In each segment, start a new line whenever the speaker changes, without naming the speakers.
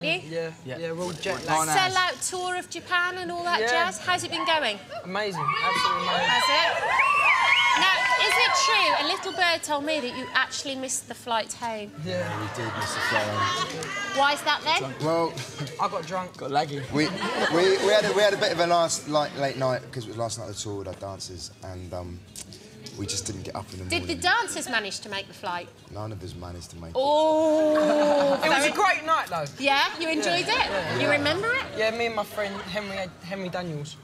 you?
Yeah, yeah,
Yeah.
yeah real jet lag.
on ours.
Sell out tour of Japan and all that
Yeah.
jazz. How's it been going?
Amazing, absolutely amazing.
Has it? Now, is it true? A little bird told me that you actually missed the flight home.
Yeah,
We did, Mr. Flower.
Why is that then?
Well,
I got drunk.
Got laggy.
we, we, we, had a, we had a bit of a last like, late night because it was last night at the tour with our dancers and um, we just didn't get up in the
Did the
morning.
dancers manage to make the flight?
None of us managed to make it.
Oh,
It was a great night though.
yeah. You enjoyed it. You remember it?
Yeah, me and my friend Henry Henry Daniels.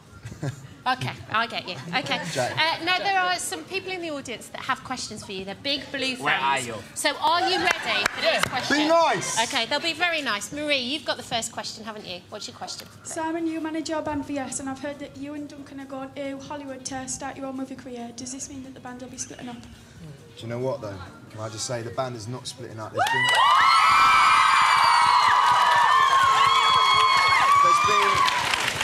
Okay, I get you. Okay. Uh, now there are some people in the audience that have questions for you. They're big blue fans.
Where are you?
So are you ready for these questions?
Be nice.
Okay, they'll be very nice. Marie, you've got the first question, haven't you? What's your question?
So I'm a new manager of Band VS, and I've heard that you and Duncan are going to Hollywood to start your own movie career. Does this mean that the band will be splitting up?
Do you know what though? Can I just say the band is not splitting up. There's been, there's been,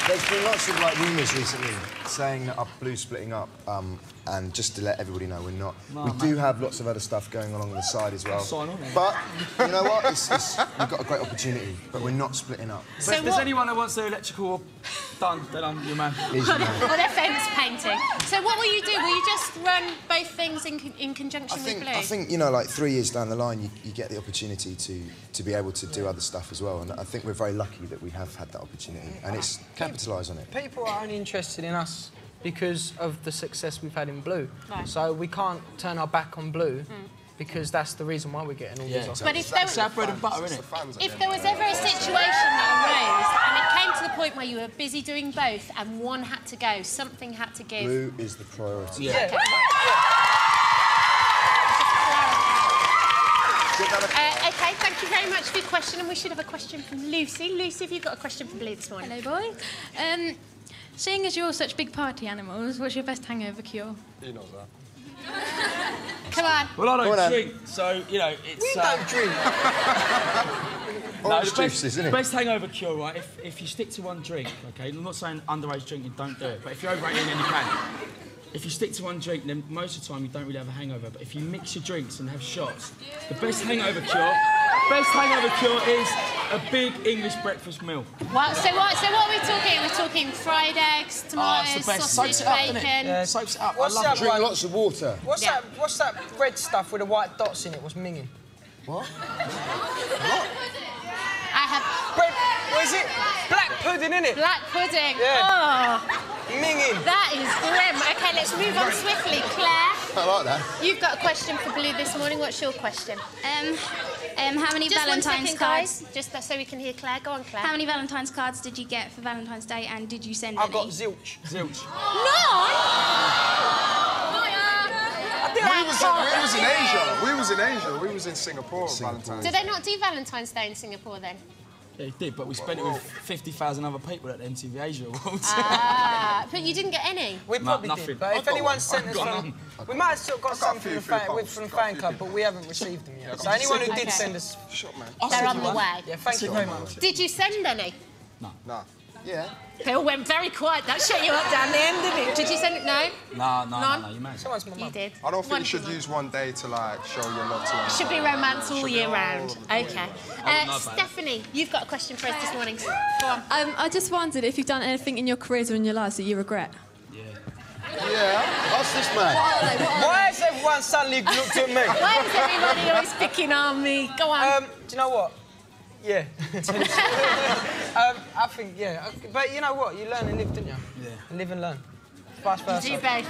there's been lots of like rumours recently saying that our blue's splitting up. Um, and just to let everybody know, we're not. we do have lots of other stuff going on on the side as well.
Sign on, eh? then.
but you know what? It's, it's, we've got a great opportunity, but we're not splitting up.
So if
So
there's
what-
anyone that wants their electrical done, then I'm your man.
Is, you know.
Well, they're famous painting. So what will you do? Will you just run both things in, con- in
I
conjunction with
think,
blue?
I think you know, like three years down the line, you, you get the opportunity to to be able to do other stuff as well, and I think we're very lucky that we have had that opportunity, and it's capitalise on it.
People are only interested in us because of the success we've had in Blue.
Right. Mm.
So we can't turn our back on Blue because that's the reason why we're getting all these offers.
But if there,
It's our bread and butter, isn't it?
if there was ever a situation that arose and it came to the point where you were busy doing both and one had to go, something had to give.
Blue is the priority.
Yeah.
Uh, okay, thank you very much for your question. And we should have a question from Lucy. Lucy, have you got a question from Blue this morning?
Hello, boys. Um, seeing as you're all such big party animals, what's your best hangover cure?
Come on.
Well, I
Come
don't
on,
drink, so you know it's. uh,
We don't drink.
No,
Orange
the best,
juice, isn't it?
Best hangover cure, right? If, if you stick to one drink, okay? I'm not saying underage drinking, don't do it, but if you're overeating, then you can. If you stick to one drink, then most of the time you don't really have a hangover. But if you mix your drinks and have shots, the best hangover cure, best hangover cure is a big English breakfast meal.
Well, so what? So what are we talking? We're talking fried eggs,
Ah,
tomatoes,
it's the best. Soaks
sausage,
it up, doesn't
bacon.
it? Soaks it up.
What's
I
that
love drink.
Drink
one?
lots of water.
What's
Yeah.
that? What's that red stuff with the white dots in it? Was minging.
What?
I have
Bread. What is it? Black pudding in it.
black pudding.
Yeah.
Oh,
Minging.
that is grim. Okay, let's move on swiftly. Claire,
I like that.
you've got a question for Blue this morning. What's your question?
Um, um, how many
Just
Valentine's
one second,
cards?
guys. Just so we can hear Claire. Go on, Claire.
How many Valentine's cards did you get for Valentine's Day, and did you send
I
any?
got zilch.
Zilch.
No.
We was, in, we was in Asia. We was in Asia. We was in Singapore,
Singapore.
Valentine's.
Do they not do Valentine's Day in Singapore then?
Yeah, it did, but we spent it with 50,000 other people at the MTV Asia Awards.
Ah, but you didn't get any.
We probably
nothing.
did. But
I've
if
got
anyone
one.
sent
I've
us
got
some, we might have still got
I've got
some
a
from
few
the fan,
people.
with, from the
I've got a
fan
few
club, but we haven't received them yet. so anyone who did
Okay.
send us,
Shot man.
They're on the way.
yeah, thank you very much.
Did you send any?
Nah.
Yeah.
They all went very quiet. That shut you up down the end of it. Did you send it? No,
No, no, no,
None?
no, you made it.
Someone's my
you
mum.
did.
I don't think you should
Wonderful.
use one day to like show your love to another.
Should be romance all year round. Okay.
wouldn't
Uh,
know about it.
Stephanie, you've got a question for us this morning. Go on.
Um, I just wondered if you've done anything in your careers or in your lives that you regret.
Yeah. Ask this man.
Why has everyone suddenly looked at me?
Why is everybody always picking on me? Go on.
Um, do you know what? Yeah. um, I think, yeah. Okay, But you know what? You learn and live, didn't you?
Yeah.
You live and learn. Vice versa.
do both.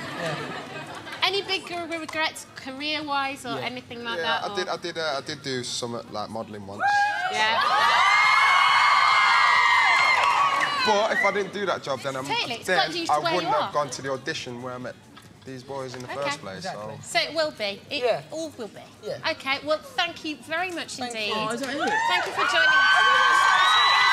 Any big career regrets, career-wise or anything like
Yeah,
that?
I did.
or-
I did. Uh, I did do some uh, like modelling once.
yeah.
But if I didn't do that job, then, I'm,
Totally, it's got you
then
to
I
where you
wouldn't
are.
have gone to the audition where I met these boys in the first place. So.
So it will be. It
Yeah.
all will be.
Yeah.
Okay, well, thank you very much indeed.
you.
Thank you for joining us.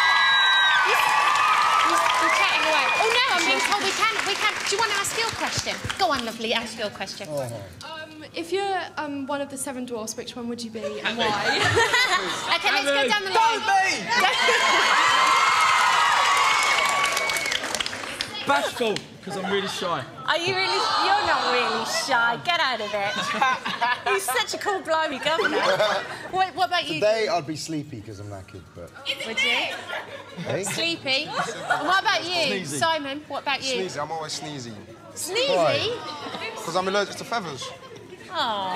I'm chatting away. Oh no, I'm being told we can. We can. Do you want to ask your question? Go on, lovely. Ask your question.
Oh.
Um, if you're um, one of the seven dwarfs, which one would you be and
okay, let's go down the line.
Don't be!
Bashful, because I'm really shy.
Are you really? You're not really shy. Get out of it. He's such a cool blimey governor. What, what about you?
Today I'd be sleepy because I'm knackered, but.
Would you?
Hey?
Sleepy. And what about you,
Sneezy.
Simon? What about you?
Sneezy, I'm always sneezy.
Sneezy.
Because I'm allergic to feathers.
Oh.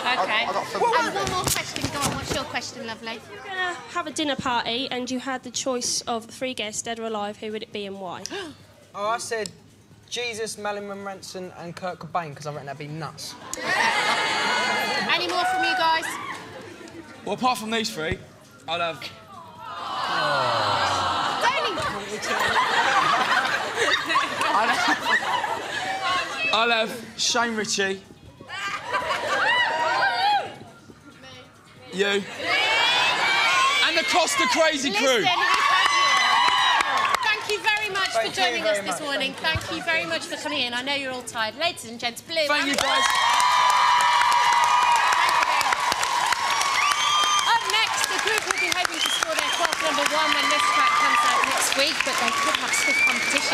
Okay.
I got feathers.
And one more question. Go on, what's your question, lovely?
If you're gonna have a dinner party and you had the choice of three guests, dead or alive, who would it be and why?
Oh, I said Jesus, Marilyn Manson, and Kurt Cobain because I reckon that'd be nuts.
Any more from you guys?
Well, apart from these three, I'd have.
Don't encourage him.
I'll have, I'll have Shane Ritchie. you. And the Costa Crazy
Listen,
crew.
it is fabulous. Thank you very much
Thank
for
you
joining
very
us this
much.
morning. Thank you very much for coming in. I know you're all tired. Ladies and gents, blue.
Thank you, guys.
Up next, the group will be hoping to score their 12th number one when this track comes out next week, but they could have stiff competition.